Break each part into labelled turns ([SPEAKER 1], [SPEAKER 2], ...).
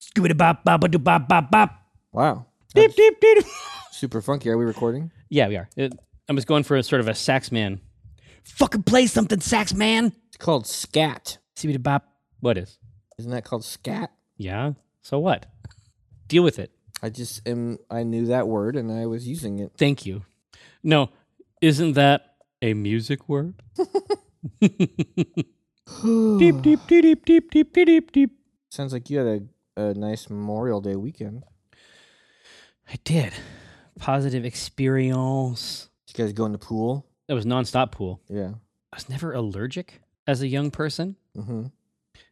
[SPEAKER 1] Scooby bop bop ba doo bop bop bop.
[SPEAKER 2] Wow.
[SPEAKER 1] Deep deep deep.
[SPEAKER 2] Super funky. Are we recording?
[SPEAKER 3] Yeah, we are. It, I was going for a sort of a sax man.
[SPEAKER 1] Fucking play something, sax man.
[SPEAKER 2] It's called scat.
[SPEAKER 1] Scooby bop.
[SPEAKER 3] What is?
[SPEAKER 2] Isn't that called scat?
[SPEAKER 3] Yeah. So what? Deal with it.
[SPEAKER 2] I just am. I knew that word and I was using it.
[SPEAKER 3] Thank you. No, isn't that a music word?
[SPEAKER 1] Deep deep deep deep deep deep deep deep deep.
[SPEAKER 2] Sounds like you had a, a nice Memorial Day weekend.
[SPEAKER 3] I did. Positive experience.
[SPEAKER 2] Did you guys go in the pool?
[SPEAKER 3] That was nonstop pool.
[SPEAKER 2] Yeah.
[SPEAKER 3] I was never allergic as a young person,
[SPEAKER 2] Mm-hmm.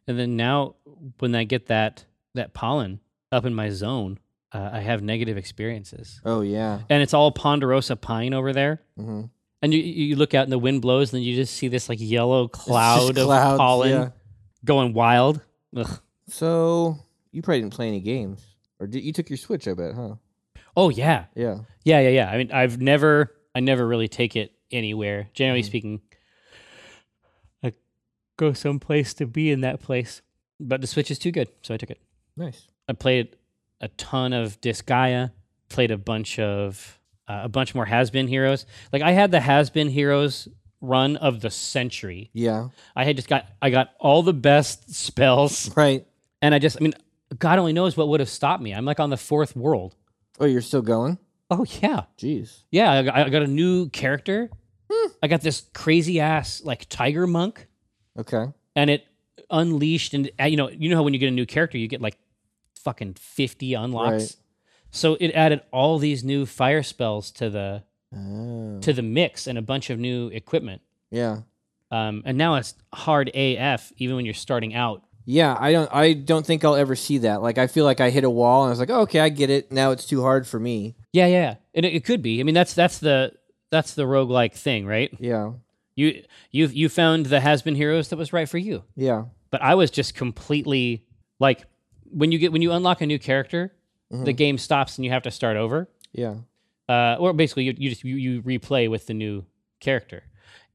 [SPEAKER 3] and then now when I get that that pollen up in my zone, uh, I have negative experiences.
[SPEAKER 2] Oh yeah.
[SPEAKER 3] And it's all ponderosa pine over there.
[SPEAKER 2] Mm-hmm.
[SPEAKER 3] And you, you look out and the wind blows, and then you just see this like yellow cloud of pollen going wild. Ugh.
[SPEAKER 2] So you probably didn't play any games, or did, you took your Switch? I bet, huh?
[SPEAKER 3] Oh yeah,
[SPEAKER 2] Yeah.
[SPEAKER 3] yeah, yeah, yeah. I mean, I've never, I never really take it anywhere. Generally
[SPEAKER 2] Mhm.
[SPEAKER 3] speaking, I go someplace to be in that place. But the Switch is too good, so I took it.
[SPEAKER 2] Nice.
[SPEAKER 3] I played a ton of Disgaea. Played a bunch of uh, a bunch more Has Been Heroes. Like I had the Has Been Heroes run of the century.
[SPEAKER 2] Yeah.
[SPEAKER 3] I had just got I got all the best spells,
[SPEAKER 2] Right.
[SPEAKER 3] and I just I mean, God only knows what would have stopped me. I'm like on the fourth world.
[SPEAKER 2] Oh, you're still going?
[SPEAKER 3] Oh yeah,
[SPEAKER 2] Jeez.
[SPEAKER 3] yeah. I got, I got a new character. I got this crazy ass like tiger monk,
[SPEAKER 2] Okay.
[SPEAKER 3] and it unleashed and uh, you know you know how when you get a new character you get like fucking fifty unlocks.
[SPEAKER 2] Right.
[SPEAKER 3] So it added all these new fire spells to the
[SPEAKER 2] Oh.
[SPEAKER 3] to the mix and a bunch of new equipment.
[SPEAKER 2] Yeah.
[SPEAKER 3] Um, and now it's hard AF even when you're starting out.
[SPEAKER 2] Yeah, I don't I don't think I'll ever see that. Like I feel like I hit a wall and I was like, oh, "Okay, I get it. Now it's too hard for me."
[SPEAKER 3] Yeah, yeah, yeah. And it, it could be. I mean, that's that's the that's the roguelike thing, right?
[SPEAKER 2] Yeah.
[SPEAKER 3] You you you found the has been heroes that was right for you.
[SPEAKER 2] Yeah.
[SPEAKER 3] But I was just completely like when you get when you unlock a new character, the
[SPEAKER 2] Mhm.
[SPEAKER 3] game stops and you have to start over.
[SPEAKER 2] Yeah.
[SPEAKER 3] Uh, or basically you, you just you, you replay with the new character.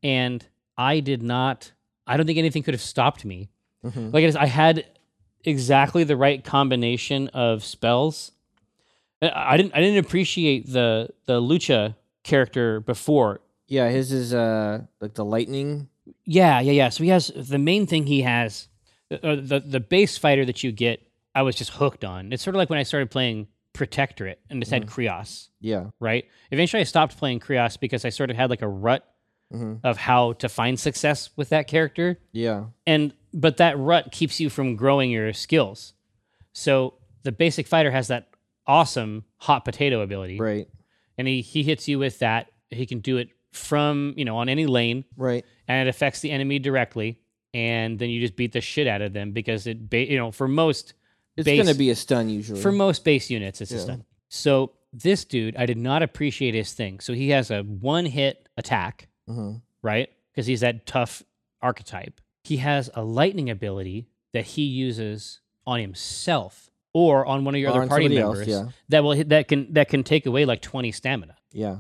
[SPEAKER 3] And I did not I don't think anything could have stopped me.
[SPEAKER 2] hmm
[SPEAKER 3] Like I, just, I had exactly the right combination of spells. I- I didn't I didn't appreciate the the lucha character before.
[SPEAKER 2] Yeah, his is uh like the lightning.
[SPEAKER 3] Yeah, yeah, yeah. So he has the main thing he has uh, the the base fighter that you get. I was just hooked on. It's sort of like when I started playing Protectorate and just had Krios,
[SPEAKER 2] Yeah.
[SPEAKER 3] right? Eventually, I stopped playing Krios because I sort of had like a rut
[SPEAKER 2] Mhm.
[SPEAKER 3] of how to find success with that character.
[SPEAKER 2] Yeah.
[SPEAKER 3] and but that rut keeps you from growing your skills. So the basic fighter has that awesome hot potato ability,
[SPEAKER 2] Right.
[SPEAKER 3] and he he hits you with that. He can do it from you know on any lane,
[SPEAKER 2] Right.
[SPEAKER 3] and it affects the enemy directly. And then you just beat the shit out of them because it ba- you know for most
[SPEAKER 2] It's
[SPEAKER 3] Base-
[SPEAKER 2] going to be a stun usually.
[SPEAKER 3] for most base units it's just
[SPEAKER 2] Yeah.
[SPEAKER 3] done. So this dude, I did not appreciate his thing. So he has a one hit attack,
[SPEAKER 2] Mhm.
[SPEAKER 3] right? Because he's that tough archetype. He has a lightning ability that he uses on himself or on one of your
[SPEAKER 2] Or
[SPEAKER 3] other
[SPEAKER 2] on
[SPEAKER 3] party
[SPEAKER 2] somebody else,
[SPEAKER 3] members that will hit, that can that can take away like 20 stamina,
[SPEAKER 2] Yeah. Yeah.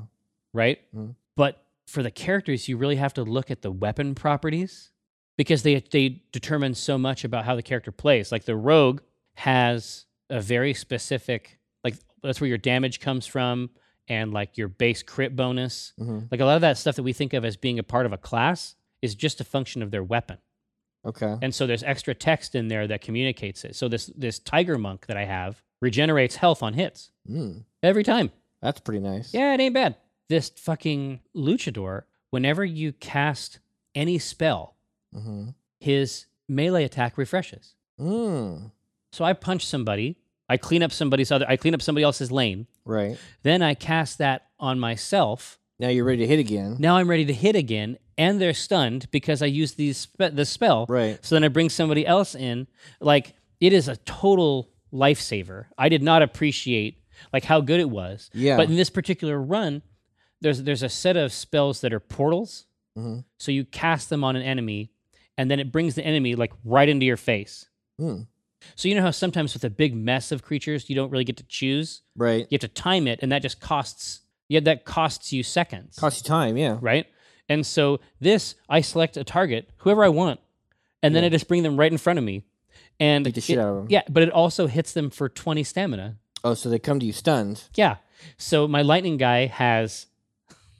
[SPEAKER 3] right?
[SPEAKER 2] Mhm.
[SPEAKER 3] But for the characters, you really have to look at the weapon properties because they they determine so much about how the character plays. Like the rogue has a very specific like that's where your damage comes from and like your base crit bonus.
[SPEAKER 2] Mhm.
[SPEAKER 3] Like a lot of that stuff that we think of as being a part of a class is just a function of their weapon.
[SPEAKER 2] Okay.
[SPEAKER 3] And so there's extra text in there that communicates it. So this this tiger monk that I have regenerates health on hits
[SPEAKER 2] Mm.
[SPEAKER 3] every time.
[SPEAKER 2] That's pretty nice.
[SPEAKER 3] Yeah, it ain't bad. This fucking luchador, whenever you cast any spell,
[SPEAKER 2] Mhm.
[SPEAKER 3] his melee attack refreshes.
[SPEAKER 2] Mm.
[SPEAKER 3] So I punch somebody, I clean up somebody's other I clean up somebody else's lane,
[SPEAKER 2] Right.
[SPEAKER 3] then I cast that on myself
[SPEAKER 2] Now you're ready to hit again.
[SPEAKER 3] Now I'm ready to hit again, and they're stunned because I used these spe- the spell.
[SPEAKER 2] Right.
[SPEAKER 3] So then I bring somebody else in. Like it is a total lifesaver. I did not appreciate like how good it was.
[SPEAKER 2] Yeah.
[SPEAKER 3] But in this particular run, there's there's a set of spells that are portals.
[SPEAKER 2] Mhm.
[SPEAKER 3] So you cast them on an enemy, and then it brings the enemy like right into your face.
[SPEAKER 2] Mm.
[SPEAKER 3] So you know how sometimes with a big mess of creatures, you don't really get to choose.
[SPEAKER 2] Right.
[SPEAKER 3] You have to time it, and that just costs. Yeah, that costs you seconds
[SPEAKER 2] Cost you time, yeah.
[SPEAKER 3] right? And so this, I select a target, whoever I want, and then I just bring them right in front of me. and
[SPEAKER 2] Beat the shit
[SPEAKER 3] it-
[SPEAKER 2] out of them.
[SPEAKER 3] yeah, but it also hits them for twenty stamina.
[SPEAKER 2] Oh, so they come to you stunned.
[SPEAKER 3] Yeah. So my lightning guy has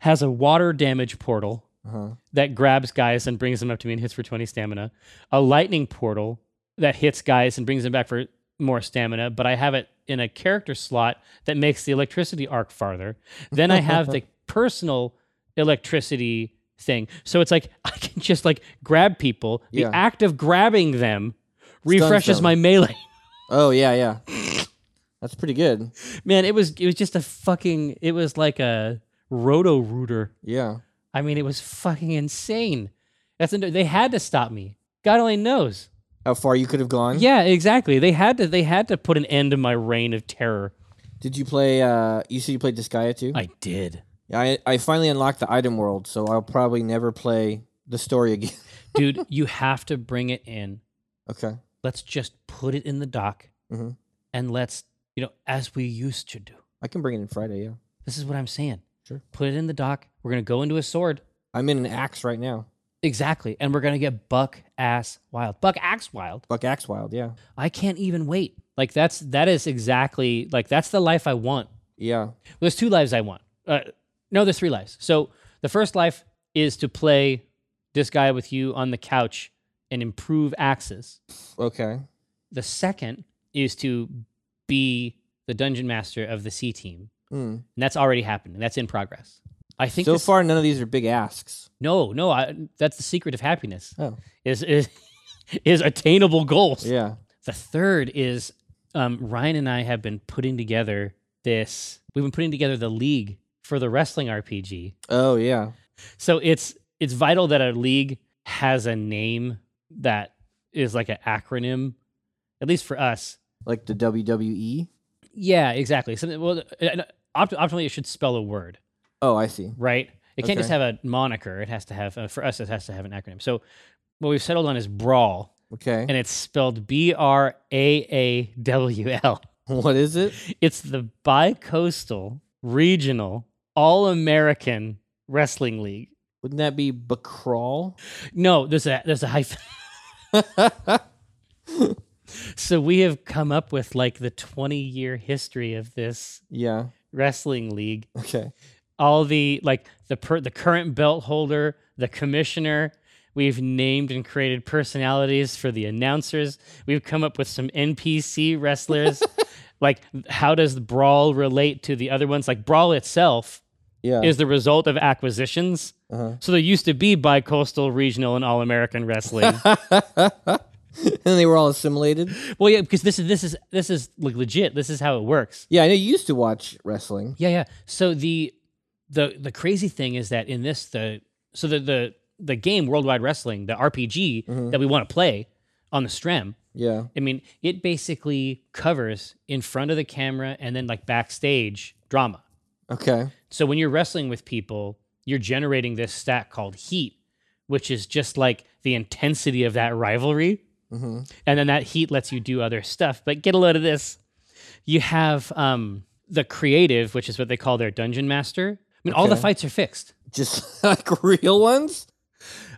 [SPEAKER 3] has a water damage portal
[SPEAKER 2] Uh-huh.
[SPEAKER 3] that grabs guys and brings them up to me and hits for 20 stamina. A lightning portal that hits guys and brings them back for more stamina, but I have it in a character slot that makes the electricity arc farther. Then I have the personal electricity thing. So it's like I can just like grab people. The
[SPEAKER 2] Yeah.
[SPEAKER 3] act of grabbing them
[SPEAKER 2] Stuns
[SPEAKER 3] refreshes
[SPEAKER 2] them.
[SPEAKER 3] my melee.
[SPEAKER 2] Oh yeah, yeah. That's pretty good.
[SPEAKER 3] Man, it was it was just a fucking it was like a roto rooter.
[SPEAKER 2] Yeah.
[SPEAKER 3] I mean, it was fucking insane. That's they had to stop me. God only knows.
[SPEAKER 2] How far you could have gone?
[SPEAKER 3] Yeah, exactly. They had to they had to put an end to my reign of terror.
[SPEAKER 2] Did you play? uh You said you played Disgaea too.
[SPEAKER 3] I did.
[SPEAKER 2] I I finally unlocked the item world, so I'll probably never play the story again.
[SPEAKER 3] Dude, you have to bring it in.
[SPEAKER 2] okay.
[SPEAKER 3] Let's just put it in the dock
[SPEAKER 2] Mhm.
[SPEAKER 3] and let's, you know, as we used to do.
[SPEAKER 2] I can bring it in Friday. Yeah.
[SPEAKER 3] This is what I'm saying.
[SPEAKER 2] Sure.
[SPEAKER 3] Put it in the dock. We're gonna go into a sword.
[SPEAKER 2] I'm in an axe right now.
[SPEAKER 3] Exactly. And we're gonna get buck ass wild. Buck axe wild.
[SPEAKER 2] Buck Axe Wild. Yeah.
[SPEAKER 3] I can't even wait. Like that's that is exactly like that's the life I want.
[SPEAKER 2] Yeah.
[SPEAKER 3] There's two lives I want. Uh, no, there's three lives. So the first life is to play this guy with you on the couch and improve axes.
[SPEAKER 2] Okay.
[SPEAKER 3] The second is to be the dungeon master of the C team,
[SPEAKER 2] Mm.
[SPEAKER 3] and that's already happening. That's in progress. I think
[SPEAKER 2] So
[SPEAKER 3] this-
[SPEAKER 2] far, none of these are big asks.
[SPEAKER 3] no, no. I, that's the secret of happiness.
[SPEAKER 2] Oh.
[SPEAKER 3] Is is is attainable goals.
[SPEAKER 2] Yeah.
[SPEAKER 3] The third is um, Ryan and I have been putting together this. We've been putting together the league for the wrestling RPG.
[SPEAKER 2] Oh yeah.
[SPEAKER 3] So it's it's vital that our league has a name that is like an acronym, at least for us.
[SPEAKER 2] Like the E? WWE.
[SPEAKER 3] Yeah, exactly. Something. Well, uh, opt- optimally, it should spell a word,
[SPEAKER 2] Oh, I see.
[SPEAKER 3] right? It can't just
[SPEAKER 2] Okay.
[SPEAKER 3] have a moniker. It has to have uh, for us. It has to have an acronym. So what we've settled on is brawl,
[SPEAKER 2] Okay.
[SPEAKER 3] and it's spelled B R A A W L.
[SPEAKER 2] what is it?
[SPEAKER 3] It's the Bicoastal Regional All American Wrestling League.
[SPEAKER 2] Wouldn't that be Bacrawl?
[SPEAKER 3] No, there's a there's a hyphen. So we have come up with like the 20 year history of this
[SPEAKER 2] yeah.
[SPEAKER 3] wrestling league.
[SPEAKER 2] Okay.
[SPEAKER 3] All the like the per- the current belt holder, the commissioner, we've named and created personalities for the announcers. We've come up with some NPC wrestlers. like how does brawl relate to the other ones? Like brawl itself
[SPEAKER 2] Yeah.
[SPEAKER 3] is the result of acquisitions.
[SPEAKER 2] Uh-huh.
[SPEAKER 3] So there used to be bi-coastal, regional, and all-American wrestling.
[SPEAKER 2] and they were all assimilated.
[SPEAKER 3] well, yeah, because this is this is this is like legit. This is how it works.
[SPEAKER 2] Yeah, I know you used to watch wrestling.
[SPEAKER 3] Yeah, yeah. So the the the crazy thing is that in this the so the the the game Worldwide Wrestling, the RPG that we want to play on the Strem.
[SPEAKER 2] Yeah.
[SPEAKER 3] I mean, it basically covers in front of the camera and then like backstage drama.
[SPEAKER 2] Okay.
[SPEAKER 3] So when you're wrestling with people, you're generating this stat called heat, which is just like the intensity of that rivalry.
[SPEAKER 2] hmm
[SPEAKER 3] And then that heat lets you do other stuff. But get a load of this. You have um, the creative, which is what they call their dungeon master. I mean, all the
[SPEAKER 2] Okay.
[SPEAKER 3] fights are fixed.
[SPEAKER 2] Just like real ones.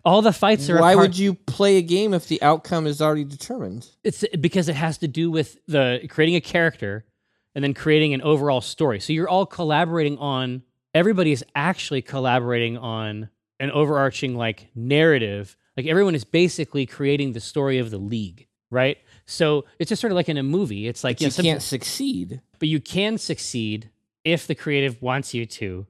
[SPEAKER 3] All the fights are.
[SPEAKER 2] Why
[SPEAKER 3] apart-
[SPEAKER 2] would you play a game if the outcome is already determined?
[SPEAKER 3] It's because it has to do with the creating a character and then creating an overall story. So you're all collaborating on. Everybody is actually collaborating on an overarching like narrative. Like everyone is basically creating the story of the league, right? So it's just sort of like in a movie. It's like
[SPEAKER 2] you
[SPEAKER 3] know, some-
[SPEAKER 2] can't succeed.
[SPEAKER 3] but you can succeed if the creative wants you to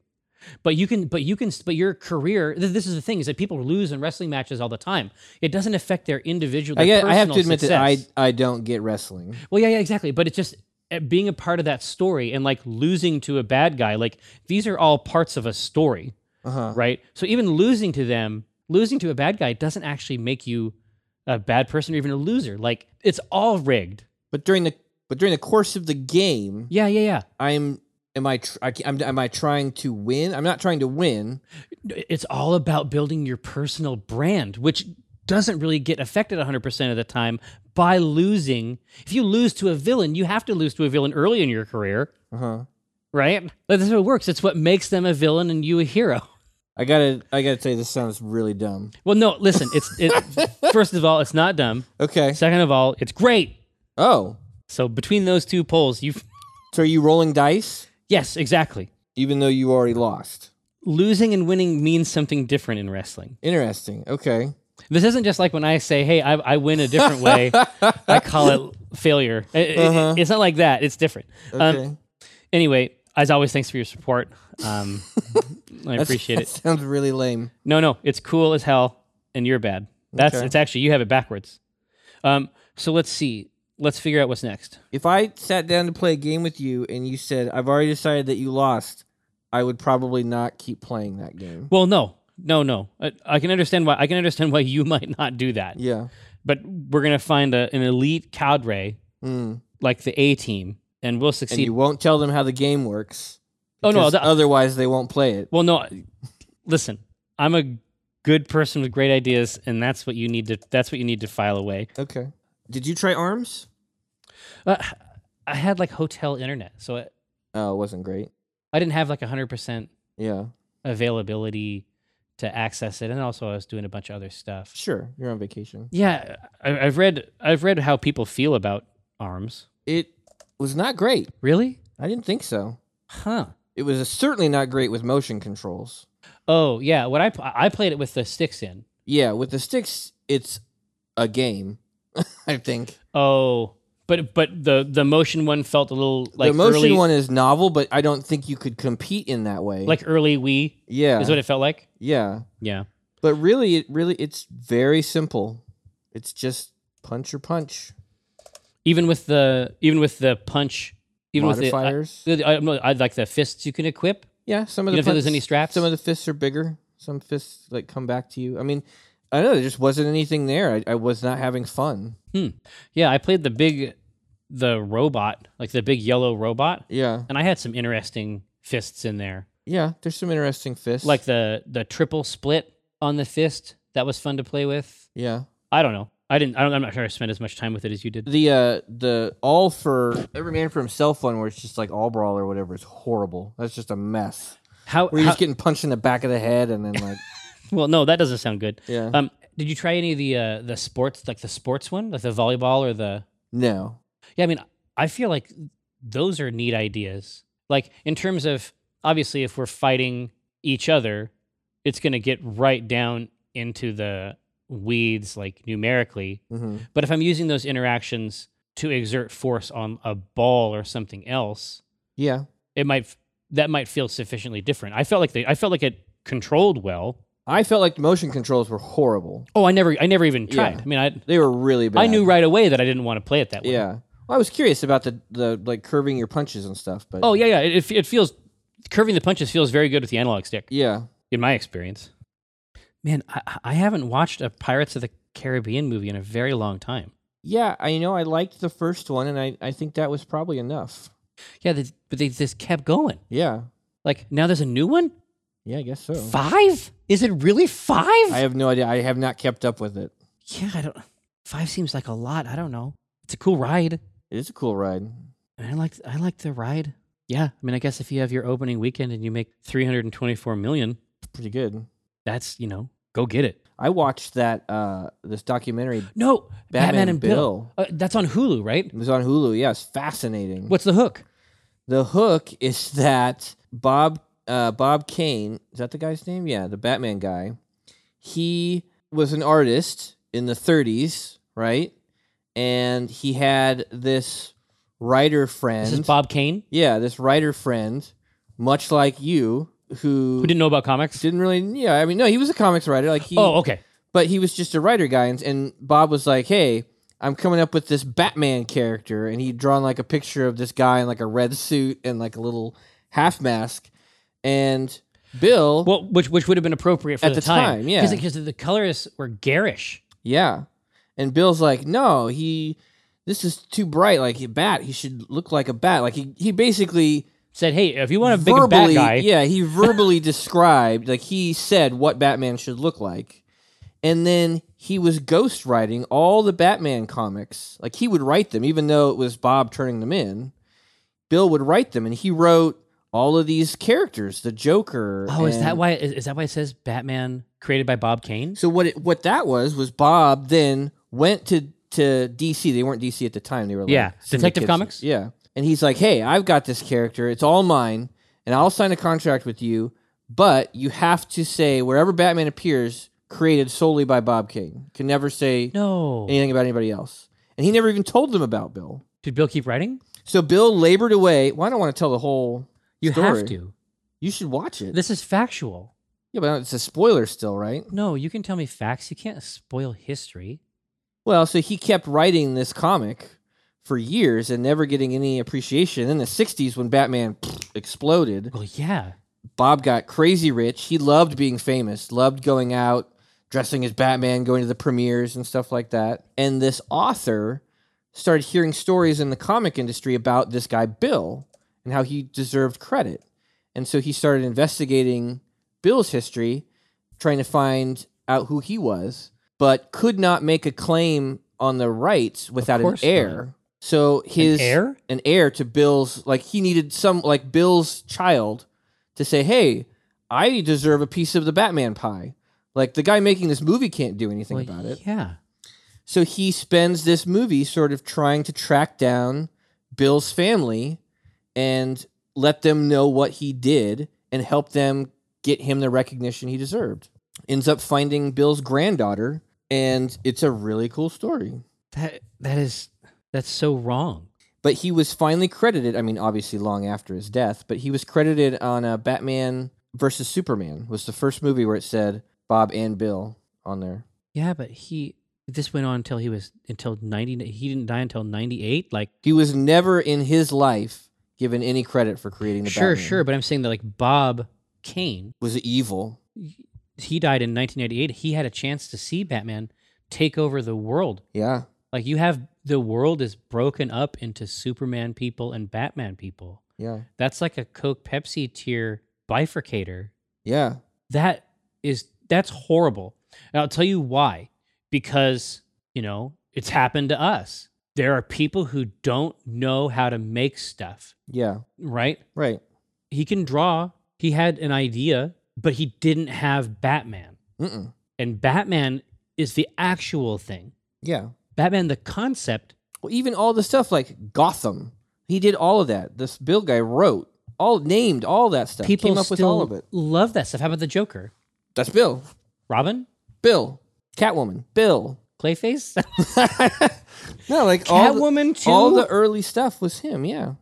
[SPEAKER 3] but you can but you can but your career th- this is the thing is that people lose in wrestling matches all the time it doesn't affect their individual
[SPEAKER 2] I,
[SPEAKER 3] their
[SPEAKER 2] get, I have to
[SPEAKER 3] personal
[SPEAKER 2] admit
[SPEAKER 3] success.
[SPEAKER 2] that I I don't get wrestling.
[SPEAKER 3] well yeah yeah exactly but it's just uh, being a part of that story and like losing to a bad guy like these are all parts of a story
[SPEAKER 2] Uh huh.
[SPEAKER 3] right so even losing to them losing to a bad guy doesn't actually make you a bad person or even a loser like it's all rigged
[SPEAKER 2] But during the but during the course of the game,
[SPEAKER 3] yeah yeah yeah
[SPEAKER 2] I'm am I, tr- I ca- I'm, am I trying to win? I'm not trying to win.
[SPEAKER 3] it's all about building your personal brand, which doesn't really get affected 100% of the time by losing. If you lose to a villain, you have to lose to a villain early in your career,
[SPEAKER 2] Uh huh.
[SPEAKER 3] right? Like, that's how it works. It's what makes them a villain and you a hero.
[SPEAKER 2] I gotta, I gotta tell you, this sounds really dumb.
[SPEAKER 3] Well, no, listen. It's it, first of all, it's not dumb.
[SPEAKER 2] Okay.
[SPEAKER 3] Second of all, it's great.
[SPEAKER 2] Oh,
[SPEAKER 3] So between those two polls, you have
[SPEAKER 2] so are you rolling dice,
[SPEAKER 3] yes, exactly.
[SPEAKER 2] even though you already lost?
[SPEAKER 3] Losing and winning means something different in wrestling.
[SPEAKER 2] Interesting. Okay.
[SPEAKER 3] This isn't just like when I say, "Hey, I, I win a different way." I call it failure. I- I-
[SPEAKER 2] Uh-huh.
[SPEAKER 3] it's not like that. It's different.
[SPEAKER 2] Okay.
[SPEAKER 3] Um, anyway, as always, thanks for your support. Um, I
[SPEAKER 2] That's-
[SPEAKER 3] appreciate
[SPEAKER 2] that
[SPEAKER 3] it.
[SPEAKER 2] Sounds really lame.
[SPEAKER 3] No, no, it's cool as hell, and you're bad. That's
[SPEAKER 2] Okay.
[SPEAKER 3] it's actually you have it backwards. Um, so let's see. Let's figure out what's next.
[SPEAKER 2] If I sat down to play a game with you and you said I've already decided that you lost, I would probably not keep playing that game.
[SPEAKER 3] Well, no, no, no. I, I can understand why. I can understand why you might not do that.
[SPEAKER 2] Yeah.
[SPEAKER 3] But we're gonna find a, an elite cadre
[SPEAKER 2] Mm.
[SPEAKER 3] like the A team, and we'll
[SPEAKER 2] And
[SPEAKER 3] succeed.
[SPEAKER 2] you won't tell them how the game works.
[SPEAKER 3] oh no,
[SPEAKER 2] because
[SPEAKER 3] the,
[SPEAKER 2] otherwise they won't play it.
[SPEAKER 3] well no. Listen, I'm a good person with great ideas, and that's what you need to. That's what you need to file away.
[SPEAKER 2] Okay. Did you try arms?
[SPEAKER 3] Uh, I had like hotel internet, so I,
[SPEAKER 2] Oh, it wasn't great.
[SPEAKER 3] I didn't have like 100 percent
[SPEAKER 2] Yeah.
[SPEAKER 3] availability to access it, and also I was doing a bunch of other stuff.
[SPEAKER 2] Sure. You're on vacation.
[SPEAKER 3] Yeah, I, I've read I've read how people feel about arms.
[SPEAKER 2] It was not great.
[SPEAKER 3] Really?
[SPEAKER 2] I didn't think so.
[SPEAKER 3] Huh.
[SPEAKER 2] It was certainly not great with motion controls.
[SPEAKER 3] Oh yeah, what I pl- I played it with the sticks in.
[SPEAKER 2] Yeah, with the sticks, it's a game. I think
[SPEAKER 3] Oh, but but the the motion one felt a little like
[SPEAKER 2] the motion
[SPEAKER 3] early
[SPEAKER 2] one is novel, but I don't think you could compete in that way.
[SPEAKER 3] like early Wii
[SPEAKER 2] yeah,
[SPEAKER 3] is what it felt like.
[SPEAKER 2] yeah.
[SPEAKER 3] Yeah.
[SPEAKER 2] But really, it really it's very simple. It's just punch or punch
[SPEAKER 3] Even with the even with the punch, even
[SPEAKER 2] modifiers.
[SPEAKER 3] with the I, I, no, I like the fists you can equip.
[SPEAKER 2] yeah, some of
[SPEAKER 3] You
[SPEAKER 2] the
[SPEAKER 3] don't feel there's
[SPEAKER 2] punch-
[SPEAKER 3] any straps?
[SPEAKER 2] Some of the fists are bigger. Some fists like come back to you. I mean, I know there just wasn't anything there. I, I was not having fun.
[SPEAKER 3] Yeah, I played the big the robot, like the big yellow robot,
[SPEAKER 2] Yeah,
[SPEAKER 3] and I had some interesting fists in there.
[SPEAKER 2] yeah. There's some interesting fists.
[SPEAKER 3] Like the the triple split on the fist, that was fun to play with.
[SPEAKER 2] yeah.
[SPEAKER 3] I don't know. I didn't I don't, I'm not sure I spent as much time with it as you did.
[SPEAKER 2] the uh the all for every man for himself one where it's just like all brawl or whatever is horrible. That's just a mess.
[SPEAKER 3] How,
[SPEAKER 2] Where you're
[SPEAKER 3] how
[SPEAKER 2] just getting punched in the back of the head and then like
[SPEAKER 3] well, no, that doesn't sound good.
[SPEAKER 2] yeah.
[SPEAKER 3] Um, did you try any of the uh, the sports like the sports one, like the volleyball or the?
[SPEAKER 2] no.
[SPEAKER 3] Yeah, I mean, I feel like those are neat ideas. Like in terms of obviously, if we're fighting each other, it's going to get right down into the weeds, like numerically.
[SPEAKER 2] hmm
[SPEAKER 3] But if I'm using those interactions to exert force on a ball or something else,
[SPEAKER 2] Yeah.
[SPEAKER 3] it might f- that might feel sufficiently different. I felt like they, I felt like it controlled well.
[SPEAKER 2] I felt like the motion controls were horrible.
[SPEAKER 3] Oh, I never, I never even tried.
[SPEAKER 2] Yeah.
[SPEAKER 3] I mean, I,
[SPEAKER 2] They were really bad.
[SPEAKER 3] I knew right away that I didn't want to play it that way.
[SPEAKER 2] Yeah. Well, I was curious about the the like curving your punches and stuff, but
[SPEAKER 3] Oh yeah, yeah. It, it feels curving the punches feels very good with the analog stick,
[SPEAKER 2] yeah.
[SPEAKER 3] in my experience. Man, I, I haven't watched a Pirates of the Caribbean movie in a very long time.
[SPEAKER 2] Yeah, I know I liked the first one and I, I think that was probably enough.
[SPEAKER 3] Yeah, they, but they just kept going.
[SPEAKER 2] Yeah.
[SPEAKER 3] Like now there's a new one.
[SPEAKER 2] Yeah, I guess so.
[SPEAKER 3] Five? Is it really five?
[SPEAKER 2] I have no idea. I have not kept up with it.
[SPEAKER 3] yeah, I don't. Five seems like a lot. I don't know. It's a cool ride,
[SPEAKER 2] It is a cool ride.
[SPEAKER 3] and I like I like the ride. Yeah, I mean, I guess if you have your opening weekend and you make three hundred and twenty-four million,
[SPEAKER 2] Pretty good.
[SPEAKER 3] that's you know, go get it.
[SPEAKER 2] I watched that uh this documentary
[SPEAKER 3] No, Batman,
[SPEAKER 2] Batman
[SPEAKER 3] and Bill. Uh, that's on Hulu, right?
[SPEAKER 2] It was on Hulu. Yeah, it's fascinating.
[SPEAKER 3] What's the hook?
[SPEAKER 2] The hook is that Bob uh, Bob Kane is that the guy's name? Yeah, the Batman guy. He was an artist in the 30s, right? And he had this writer friend.
[SPEAKER 3] This is Bob Kane,
[SPEAKER 2] Yeah, this writer friend, much like you, who,
[SPEAKER 3] who didn't know about comics.
[SPEAKER 2] didn't really. Yeah, I mean, no, he was a comics writer. Like he,
[SPEAKER 3] oh, okay.
[SPEAKER 2] but he was just a writer guy and, and bob was like hey i'm coming up with this batman character and he'd drawn like a picture of this guy in like a red suit and like a little half mask and bill
[SPEAKER 3] Well, which which would have been appropriate for
[SPEAKER 2] At the time, yeah.
[SPEAKER 3] because the colors were garish.
[SPEAKER 2] yeah and bill's like no he this is too bright like a bat he should look like a bat like he, he basically
[SPEAKER 3] Said, hey, if you want a big bad
[SPEAKER 2] verbally
[SPEAKER 3] guy,
[SPEAKER 2] yeah he verbally described like he said what batman should look like and then he was ghostwriting all the batman comics like he would write them even though it was bob turning them in bill would write them and he wrote all of these characters, the Joker.
[SPEAKER 3] Oh, is that
[SPEAKER 2] and-
[SPEAKER 3] why? Is, is that why it says Batman created by Bob Kane?
[SPEAKER 2] So what it, what that was was Bob then went to to DC. They weren't DC at the time. They were like
[SPEAKER 3] Yeah, Detective
[SPEAKER 2] syndicates.
[SPEAKER 3] Comics?
[SPEAKER 2] Yeah, and he's like, "Hey, I've got this character. It's all mine, and I'll sign a contract with you, but you have to say wherever Batman appears, created solely by Bob Kane. Can never say
[SPEAKER 3] No.
[SPEAKER 2] anything about anybody else." And he never even told them about Bill.
[SPEAKER 3] Did Bill keep writing?
[SPEAKER 2] So Bill labored away. Well, I don't want to tell the whole.
[SPEAKER 3] You
[SPEAKER 2] Story.
[SPEAKER 3] have to.
[SPEAKER 2] You should watch it.
[SPEAKER 3] This is factual.
[SPEAKER 2] yeah, but it's a spoiler still, right?
[SPEAKER 3] No, you can tell me facts. You can't spoil history.
[SPEAKER 2] Well, so he kept writing this comic for years and never getting any appreciation. In the 60s, when Batman exploded,
[SPEAKER 3] Well, yeah.
[SPEAKER 2] Bob got crazy rich. He loved being famous, loved going out, dressing as Batman, going to the premieres and stuff like that. And this author started hearing stories in the comic industry about this guy, Bill, and how he deserved credit. And so he started investigating Bill's history, trying to find out who he was, but could not make a claim on the rights without an
[SPEAKER 3] course
[SPEAKER 2] heir. So his
[SPEAKER 3] An heir?
[SPEAKER 2] an heir to Bill's like he needed some like Bill's child to say, "Hey, I deserve a piece of the Batman pie." Like the guy making this movie can't do anything
[SPEAKER 3] Well,
[SPEAKER 2] about it.
[SPEAKER 3] Yeah.
[SPEAKER 2] So he spends this movie sort of trying to track down Bill's family and let them know what he did and help them get him the recognition he deserved. Ends up finding Bill's granddaughter and it's a really cool story.
[SPEAKER 3] That that is that's so wrong.
[SPEAKER 2] but he was finally credited. I mean, obviously long after his death, but he was credited on uh, Batman versus Superman was the first movie where it said Bob and Bill on there.
[SPEAKER 3] Yeah, but he this went on until he was until 90 he didn't die until 98 like
[SPEAKER 2] He was never in his life given any credit for creating the
[SPEAKER 3] sure
[SPEAKER 2] Batman.
[SPEAKER 3] sure but i'm saying that like bob kane
[SPEAKER 2] was it evil?
[SPEAKER 3] he died in 1998 he had a chance to see batman take over the world
[SPEAKER 2] Yeah,
[SPEAKER 3] like you have the world is broken up into superman people and batman people
[SPEAKER 2] yeah,
[SPEAKER 3] that's like a coke pepsi tier bifurcator
[SPEAKER 2] yeah.
[SPEAKER 3] that is that's horrible and i'll tell you why because you know it's happened to us there are people who don't know how to make stuff
[SPEAKER 2] Yeah,
[SPEAKER 3] right
[SPEAKER 2] right.
[SPEAKER 3] he can draw he had an idea but he didn't have batman
[SPEAKER 2] Mm-mm.
[SPEAKER 3] and batman is the actual thing
[SPEAKER 2] Yeah.
[SPEAKER 3] batman the concept
[SPEAKER 2] Well, even all the stuff like Gotham, he did all of that. This Bill guy wrote, all named all that stuff.
[SPEAKER 3] people
[SPEAKER 2] came up
[SPEAKER 3] still
[SPEAKER 2] with all of it.
[SPEAKER 3] love that stuff how about the joker
[SPEAKER 2] That's Bill.
[SPEAKER 3] robin
[SPEAKER 2] Bill. Catwoman. Bill.
[SPEAKER 3] clayface
[SPEAKER 2] no, like all the,
[SPEAKER 3] catwoman too
[SPEAKER 2] all the early stuff was him. Yeah,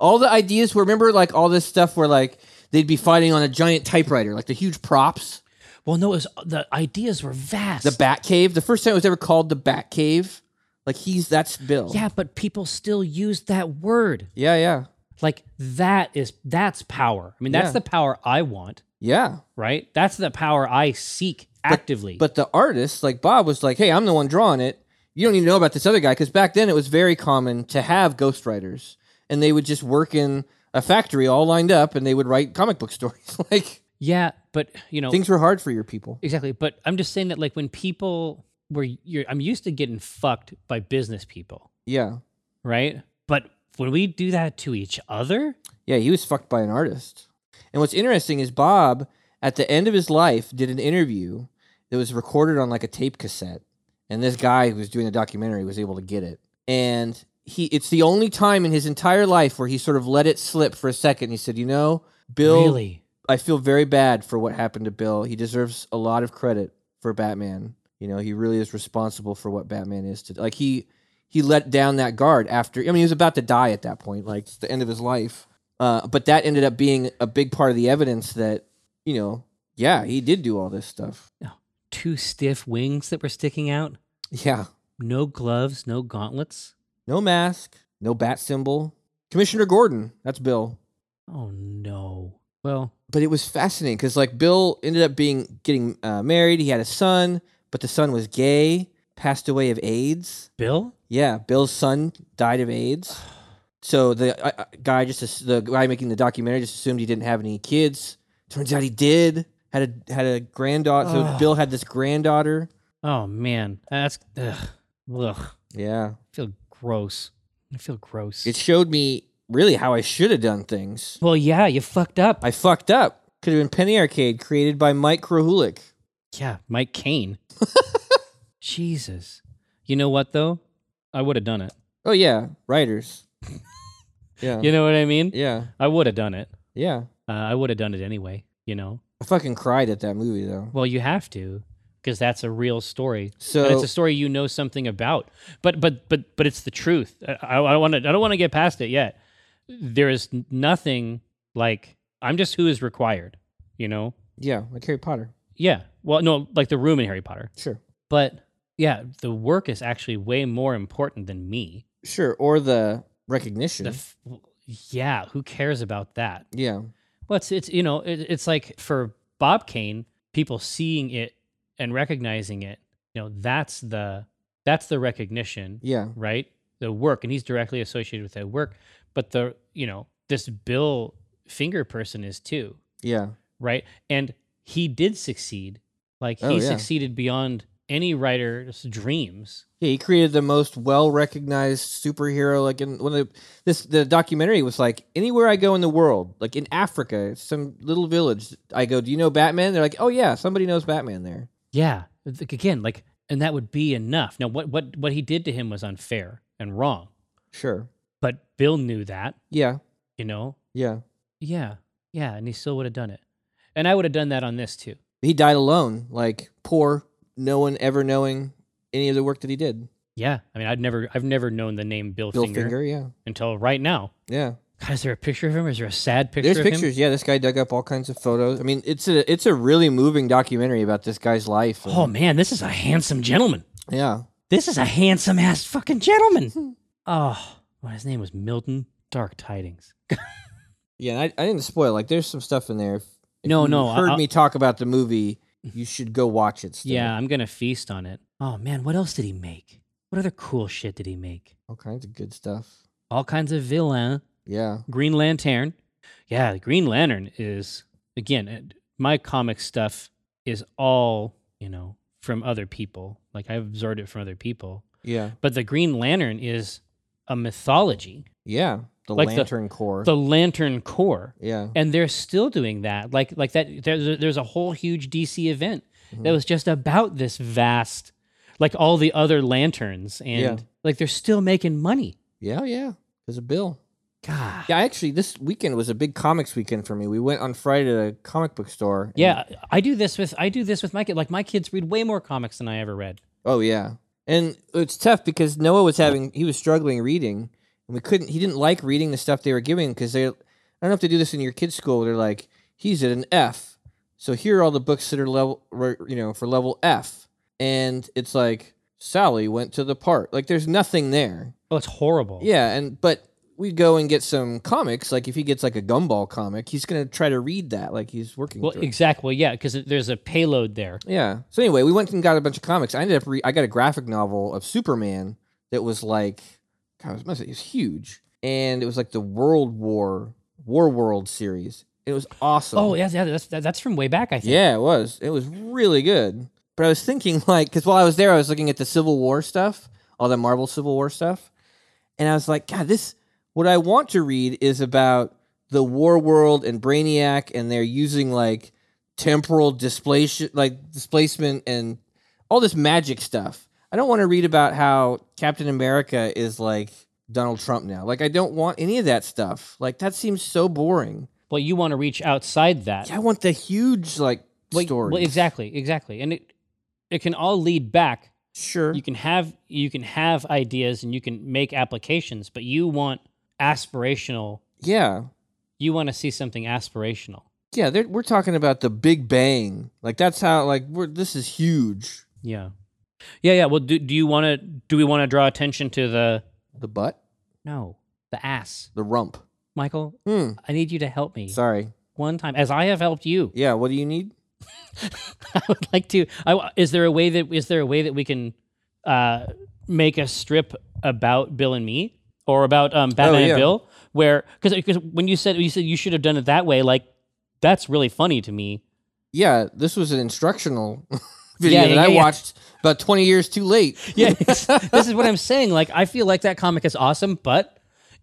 [SPEAKER 2] all the ideas were. Remember, like all this stuff where like they'd be fighting on a giant typewriter, like the huge props,
[SPEAKER 3] well no it was, the ideas were vast
[SPEAKER 2] the Bat Cave. The first time it was ever called the Bat Cave, like he's that's Bill.
[SPEAKER 3] yeah but people still use that word
[SPEAKER 2] yeah, yeah,
[SPEAKER 3] like that is that's power i mean that's
[SPEAKER 2] Yeah.
[SPEAKER 3] the power i want
[SPEAKER 2] yeah.
[SPEAKER 3] right that's the power i seek actively
[SPEAKER 2] But the artist, like Bob, was like, "Hey, I'm the one drawing it. You don't need to know about this other guy." Because back then, it was very common to have ghostwriters, and they would just work in a factory all lined up, and they would write comic book stories. like
[SPEAKER 3] yeah but you know
[SPEAKER 2] things were hard for your people.
[SPEAKER 3] Exactly, but I'm just saying that like when people were you're I'm used to getting fucked by business people,
[SPEAKER 2] Yeah,
[SPEAKER 3] right? But when we do that to each other,
[SPEAKER 2] Yeah, he was fucked by an artist. And what's interesting is Bob, at the end of his life, did an interview that was recorded on like a tape cassette. And this guy who was doing the documentary was able to get it. And he it's the only time in his entire life where he sort of let it slip for a second. He said, You know, Bill
[SPEAKER 3] really,
[SPEAKER 2] I feel very bad for what happened to Bill. He deserves a lot of credit for Batman. You know, he really is responsible for what Batman is to like he he let down that guard after I mean he was about to die at that point, like it's the end of his life. Uh, but that ended up being a big part of the evidence that, you know, yeah, he did do all this stuff.
[SPEAKER 3] two stiff wings that were sticking out,
[SPEAKER 2] Yeah.
[SPEAKER 3] no gloves, no gauntlets.
[SPEAKER 2] No mask, no bat symbol. Commissioner Gordon, that's Bill.
[SPEAKER 3] Oh no. Well,
[SPEAKER 2] but it was fascinating because like Bill ended up being getting uh, married. He had a son, but the son was gay, passed away of AIDS.
[SPEAKER 3] Bill,
[SPEAKER 2] Yeah, Bill's son died of AIDS. So the uh, uh, guy just ass- the guy making the documentary just assumed he didn't have any kids. Turns out he did. Had a had a granddaughter. So
[SPEAKER 3] Ugh.
[SPEAKER 2] Bill had this granddaughter.
[SPEAKER 3] oh man, that's ugh, ugh. I
[SPEAKER 2] Yeah,
[SPEAKER 3] feel gross. I feel gross.
[SPEAKER 2] it showed me really how I should have done things.
[SPEAKER 3] Well, yeah, you fucked up.
[SPEAKER 2] I fucked up. Could have been Penny Arcade, created by Mike Krahulik.
[SPEAKER 3] Yeah, Mike Kane. Jesus. You know what though? I would have done it.
[SPEAKER 2] Oh yeah, writers. yeah.
[SPEAKER 3] You know what I mean?
[SPEAKER 2] yeah,
[SPEAKER 3] I would have done it.
[SPEAKER 2] yeah.
[SPEAKER 3] Uh, I would have done it anyway. You know.
[SPEAKER 2] I fucking cried at that movie though.
[SPEAKER 3] Well, you have to because that's a real story.
[SPEAKER 2] So
[SPEAKER 3] and it's a story you know something about. But but but but it's the truth. I- I, I want to. I don't want to get past it yet. There is n- nothing like I'm just who is required. You know.
[SPEAKER 2] yeah, like Harry Potter.
[SPEAKER 3] Yeah. Well, no, like the room in Harry Potter.
[SPEAKER 2] Sure,
[SPEAKER 3] But yeah, the work is actually way more important than me.
[SPEAKER 2] sure. Or the recognition.
[SPEAKER 3] The f- yeah, who cares about that?
[SPEAKER 2] yeah,
[SPEAKER 3] Well, it's, it's you know, it, it's like for Bob Kane, people seeing it and recognizing it, you know, that's the that's the recognition,
[SPEAKER 2] yeah,
[SPEAKER 3] right? The work, and he's directly associated with that work. But the you know, this Bill Finger person is too,
[SPEAKER 2] yeah,
[SPEAKER 3] right? And he did succeed. Like he
[SPEAKER 2] Oh, yeah.
[SPEAKER 3] succeeded beyond any writer's dreams.
[SPEAKER 2] yeah. He created the most well recognized superhero. Like in one of the, this, the documentary was like anywhere I go in the world, like in Africa, some little village. I go, do you know Batman? They're like, oh yeah, somebody knows Batman there.
[SPEAKER 3] Yeah. it's Like again, like and that would be enough. Now what what what he did to him was unfair and wrong.
[SPEAKER 2] Sure.
[SPEAKER 3] But Bill knew that,
[SPEAKER 2] Yeah,
[SPEAKER 3] you know?
[SPEAKER 2] yeah.
[SPEAKER 3] Yeah. Yeah. And he still would have done it. And I would have done that on this too.
[SPEAKER 2] He died alone, like poor, no one ever knowing any of the work that he did.
[SPEAKER 3] Yeah. I mean I'd never I've never known the name Bill,
[SPEAKER 2] Bill
[SPEAKER 3] Finger,
[SPEAKER 2] Finger, yeah,
[SPEAKER 3] until right now.
[SPEAKER 2] yeah.
[SPEAKER 3] God, is there a picture of him? Is there a sad picture
[SPEAKER 2] There's
[SPEAKER 3] of him?
[SPEAKER 2] pictures, yeah. This guy dug up all kinds of photos. I mean, it's a it's a really moving documentary about this guy's life. and-
[SPEAKER 1] Oh man, this is a handsome gentleman.
[SPEAKER 2] yeah,
[SPEAKER 1] This is a handsome ass fucking gentleman.
[SPEAKER 3] Oh, well, his name was Milton. Dark tidings.
[SPEAKER 2] yeah. And I, I didn't spoil. Like, there's some stuff in there. If, if
[SPEAKER 3] No,
[SPEAKER 2] you
[SPEAKER 3] no, I-
[SPEAKER 2] Heard
[SPEAKER 3] I-
[SPEAKER 2] me talk about the movie. You should go watch it. Still.
[SPEAKER 3] Yeah, I'm gonna feast on it. Oh man, what else did he make? What other cool shit did he make?
[SPEAKER 2] all kinds of good stuff.
[SPEAKER 3] All kinds of villain.
[SPEAKER 2] Yeah,
[SPEAKER 3] Green Lantern. Yeah, the Green Lantern is again it- my comic stuff is all you know from other people. Like I've absorbed it from other people,
[SPEAKER 2] yeah,
[SPEAKER 3] but the Green Lantern is a mythology,
[SPEAKER 2] yeah. The
[SPEAKER 3] Like the-
[SPEAKER 2] Lantern Corps.
[SPEAKER 3] the Lantern Corps,
[SPEAKER 2] yeah,
[SPEAKER 3] and they're still doing that. Like like that. There's a, there's a whole huge DC event that
[SPEAKER 2] Mhm.
[SPEAKER 3] was just about this vast, like all the other lanterns, and
[SPEAKER 2] Yeah.
[SPEAKER 3] like they're still making money.
[SPEAKER 2] yeah, yeah. There's a bill.
[SPEAKER 3] God.
[SPEAKER 2] Yeah, I actually, this weekend was a big comics weekend for me. We went on Friday to a comic book store. and-
[SPEAKER 3] Yeah, I do this with I do this with my kid. Like my kids read way more comics than I ever read.
[SPEAKER 2] Oh yeah, and it's tough because Noah was having he was struggling reading, and we couldn't. He didn't like reading the stuff they were giving because they. I don't know if they do this in your kids' school. They're like, he's at an F, so here are all the books that are level, re- you know, for level F, and it's like Sally went to the park. Like there's nothing there.
[SPEAKER 3] Oh, it's horrible.
[SPEAKER 2] Yeah, and but we go and get some comics. Like if he gets like a gumball comic, he's gonna try to read that. Like he's working.
[SPEAKER 3] Well,
[SPEAKER 2] through it.
[SPEAKER 3] exactly. Well, yeah, because there's a payload there.
[SPEAKER 2] Yeah. So anyway, we went and got a bunch of comics. I ended up re- I got a graphic novel of Superman that was like, God, it was, must- it was huge, and it was like the World War War World series. It was awesome.
[SPEAKER 3] Oh, yeah, yeah. That's that, that's from way back. I think.
[SPEAKER 2] Yeah, it was. It was really good. But I was thinking like, because while I was there, I was looking at the Civil War stuff, all the Marvel Civil War stuff, and I was like, God, this. What I want to read is about the War World and Brainiac, and they're using like temporal displacement, like displacement, and all this magic stuff. I don't want to read about how Captain America is like Donald Trump now. Like, I don't want any of that stuff. Like, that seems so boring.
[SPEAKER 3] Well, you want to reach outside that.
[SPEAKER 2] I want the huge like
[SPEAKER 3] Well,
[SPEAKER 2] story.
[SPEAKER 3] Well, exactly, exactly, and it it can all lead back.
[SPEAKER 2] Sure.
[SPEAKER 3] You can have you can have ideas and you can make applications, but you want aspirational.
[SPEAKER 2] yeah.
[SPEAKER 3] You want to see something aspirational.
[SPEAKER 2] Yeah, they're- we're talking about the Big Bang. Like that's how like we're this is huge.
[SPEAKER 3] Yeah. Yeah, yeah. Well, do, do you want to? Do we want to draw attention to the
[SPEAKER 2] The butt,
[SPEAKER 3] no the ass,
[SPEAKER 2] the rump.
[SPEAKER 3] Michael?
[SPEAKER 2] Hmm.
[SPEAKER 3] I need you to help me
[SPEAKER 2] Sorry.
[SPEAKER 3] one time, as I have helped you.
[SPEAKER 2] Yeah, what do you need?
[SPEAKER 3] I would like to. I, is there a way that is there a way that we can uh, make a strip about Bill and me or about um, Batman
[SPEAKER 2] yeah.
[SPEAKER 3] and Bill? Where because when you said you said you should have done it that way, like that's really funny to me.
[SPEAKER 2] Yeah, this was an instructional video
[SPEAKER 3] Yeah,
[SPEAKER 2] that
[SPEAKER 3] yeah,
[SPEAKER 2] I
[SPEAKER 3] yeah.
[SPEAKER 2] watched about 20 years too late.
[SPEAKER 3] Yeah, it's- this is what I'm saying. Like I feel like that comic is awesome, but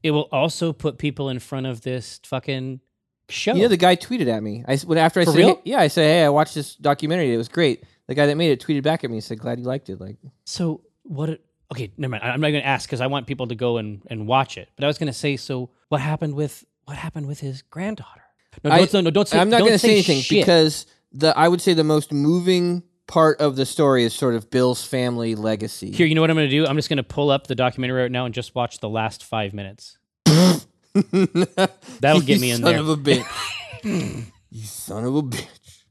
[SPEAKER 3] It will also put people in front of this fucking show.
[SPEAKER 2] You know, the guy tweeted at me. I s- when after I
[SPEAKER 3] For
[SPEAKER 2] said,
[SPEAKER 3] real?
[SPEAKER 2] hey- yeah, I said, hey, I watched this documentary. It was great. The guy that made it tweeted back at me and said, glad you liked it. Like,
[SPEAKER 3] so what? It, okay, never mind. I- I'm not going to ask because I want people to go and, and watch it. But I was going to say, so what happened with what happened with his granddaughter? No,
[SPEAKER 2] I-
[SPEAKER 3] don't, no, no, don't say.
[SPEAKER 2] I'm not
[SPEAKER 3] going
[SPEAKER 2] going
[SPEAKER 3] to
[SPEAKER 2] to say, anything
[SPEAKER 3] shit.
[SPEAKER 2] because the I would say the most moving part of the story is sort of Bill's family legacy.
[SPEAKER 3] here, you know what I'm going to do? I'm just going to pull up the documentary right now and just watch the last five minutes.
[SPEAKER 2] That'll
[SPEAKER 3] get me in
[SPEAKER 2] son
[SPEAKER 3] there.
[SPEAKER 2] Son of a bitch. you son of a bitch.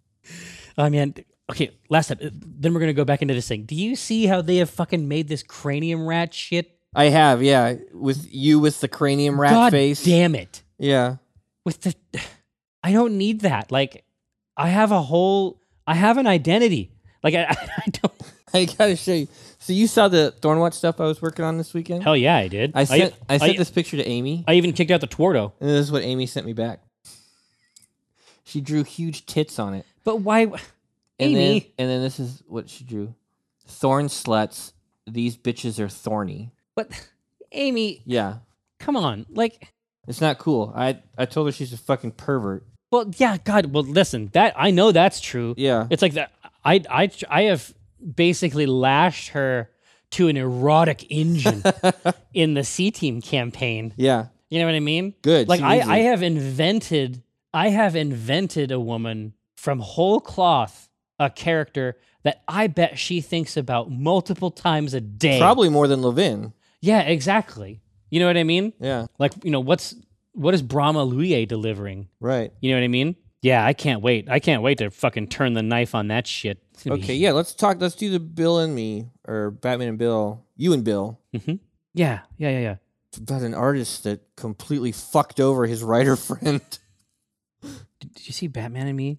[SPEAKER 3] I mean, okay, last time. uh, Then we're gonna go back into this thing. Do you see how they have fucking made this cranium rat shit?
[SPEAKER 2] I have, yeah, with you with the cranium rat
[SPEAKER 3] God
[SPEAKER 2] face.
[SPEAKER 3] damn it!
[SPEAKER 2] Yeah.
[SPEAKER 3] With the, I don't need that. Like, I have a whole, I have an identity. Like, I, I don't.
[SPEAKER 2] I gotta show you. So you saw the Thornwatch stuff I was working on this weekend?
[SPEAKER 3] Hell yeah, I did.
[SPEAKER 2] I sent I, sent
[SPEAKER 3] I-
[SPEAKER 2] this picture to Amy,
[SPEAKER 3] I even kicked out the Twardo.
[SPEAKER 2] and this is what Amy sent me back. She drew huge tits on it.
[SPEAKER 3] But why,
[SPEAKER 2] And
[SPEAKER 3] Amy?
[SPEAKER 2] then, and then this is what she drew: thorn sluts. These bitches are thorny.
[SPEAKER 3] but Amy,
[SPEAKER 2] Yeah,
[SPEAKER 3] come on. Like,
[SPEAKER 2] it's not cool. I I told her she's a fucking pervert.
[SPEAKER 3] well, yeah, God. Well, listen, that I know that's true.
[SPEAKER 2] Yeah,
[SPEAKER 3] It's like that. I I I have basically lashed her to an erotic engine in the C team campaign.
[SPEAKER 2] yeah,
[SPEAKER 3] You know what I mean?
[SPEAKER 2] good.
[SPEAKER 3] Like
[SPEAKER 2] She
[SPEAKER 3] I,
[SPEAKER 2] needs
[SPEAKER 3] I
[SPEAKER 2] it.
[SPEAKER 3] have invented I have invented a woman from whole cloth a character that I bet she thinks about multiple times a day.
[SPEAKER 2] probably more than Levin.
[SPEAKER 3] Yeah, exactly. You know what I mean?
[SPEAKER 2] Yeah,
[SPEAKER 3] Like, you know, what's what is Brahma Luye delivering?
[SPEAKER 2] right.
[SPEAKER 3] You know what I mean? Yeah, I can't wait. I can't wait to fucking turn the knife on that shit. It's gonna be
[SPEAKER 2] Okay, yeah. Let's talk. Let's do the Bill and me, or Batman and Bill. You and Bill.
[SPEAKER 3] Yeah, yeah, yeah, yeah.
[SPEAKER 2] It's about an artist that completely fucked over his writer friend.
[SPEAKER 3] Did, did you see Batman and Me?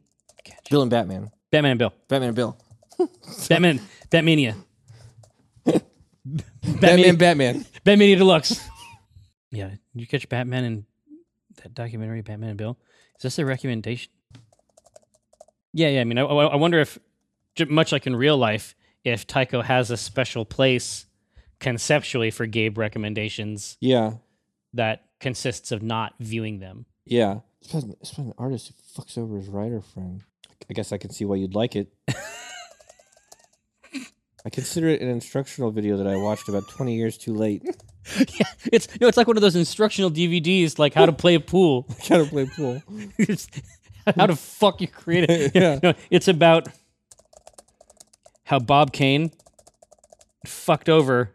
[SPEAKER 2] Bill and Batman.
[SPEAKER 3] Batman and Bill.
[SPEAKER 2] Batman and Bill.
[SPEAKER 3] Batman. Batmania.
[SPEAKER 2] Batman.
[SPEAKER 3] Batman.
[SPEAKER 2] Batman.
[SPEAKER 3] Batmania Deluxe. yeah, did you catch Batman and that documentary, Batman and Bill. Is this a recommendation? Yeah, yeah. I mean, I, I I wonder if, j- much like in real life, if Tycho has a special place conceptually for Gabe recommendations
[SPEAKER 2] Yeah.
[SPEAKER 3] that consists of not viewing them.
[SPEAKER 2] Yeah. It's about, an, it's about an artist who fucks over his writer friend. I guess I can see why you'd like it. I consider it an instructional video that I watched about 20 years too late.
[SPEAKER 3] yeah, it's no, it's like one of those instructional DVDs, like how to play pool.
[SPEAKER 2] I gotta play pool.
[SPEAKER 3] It's how to fuck you create it.
[SPEAKER 2] Yeah.
[SPEAKER 3] No, it's about how Bob Kane fucked over.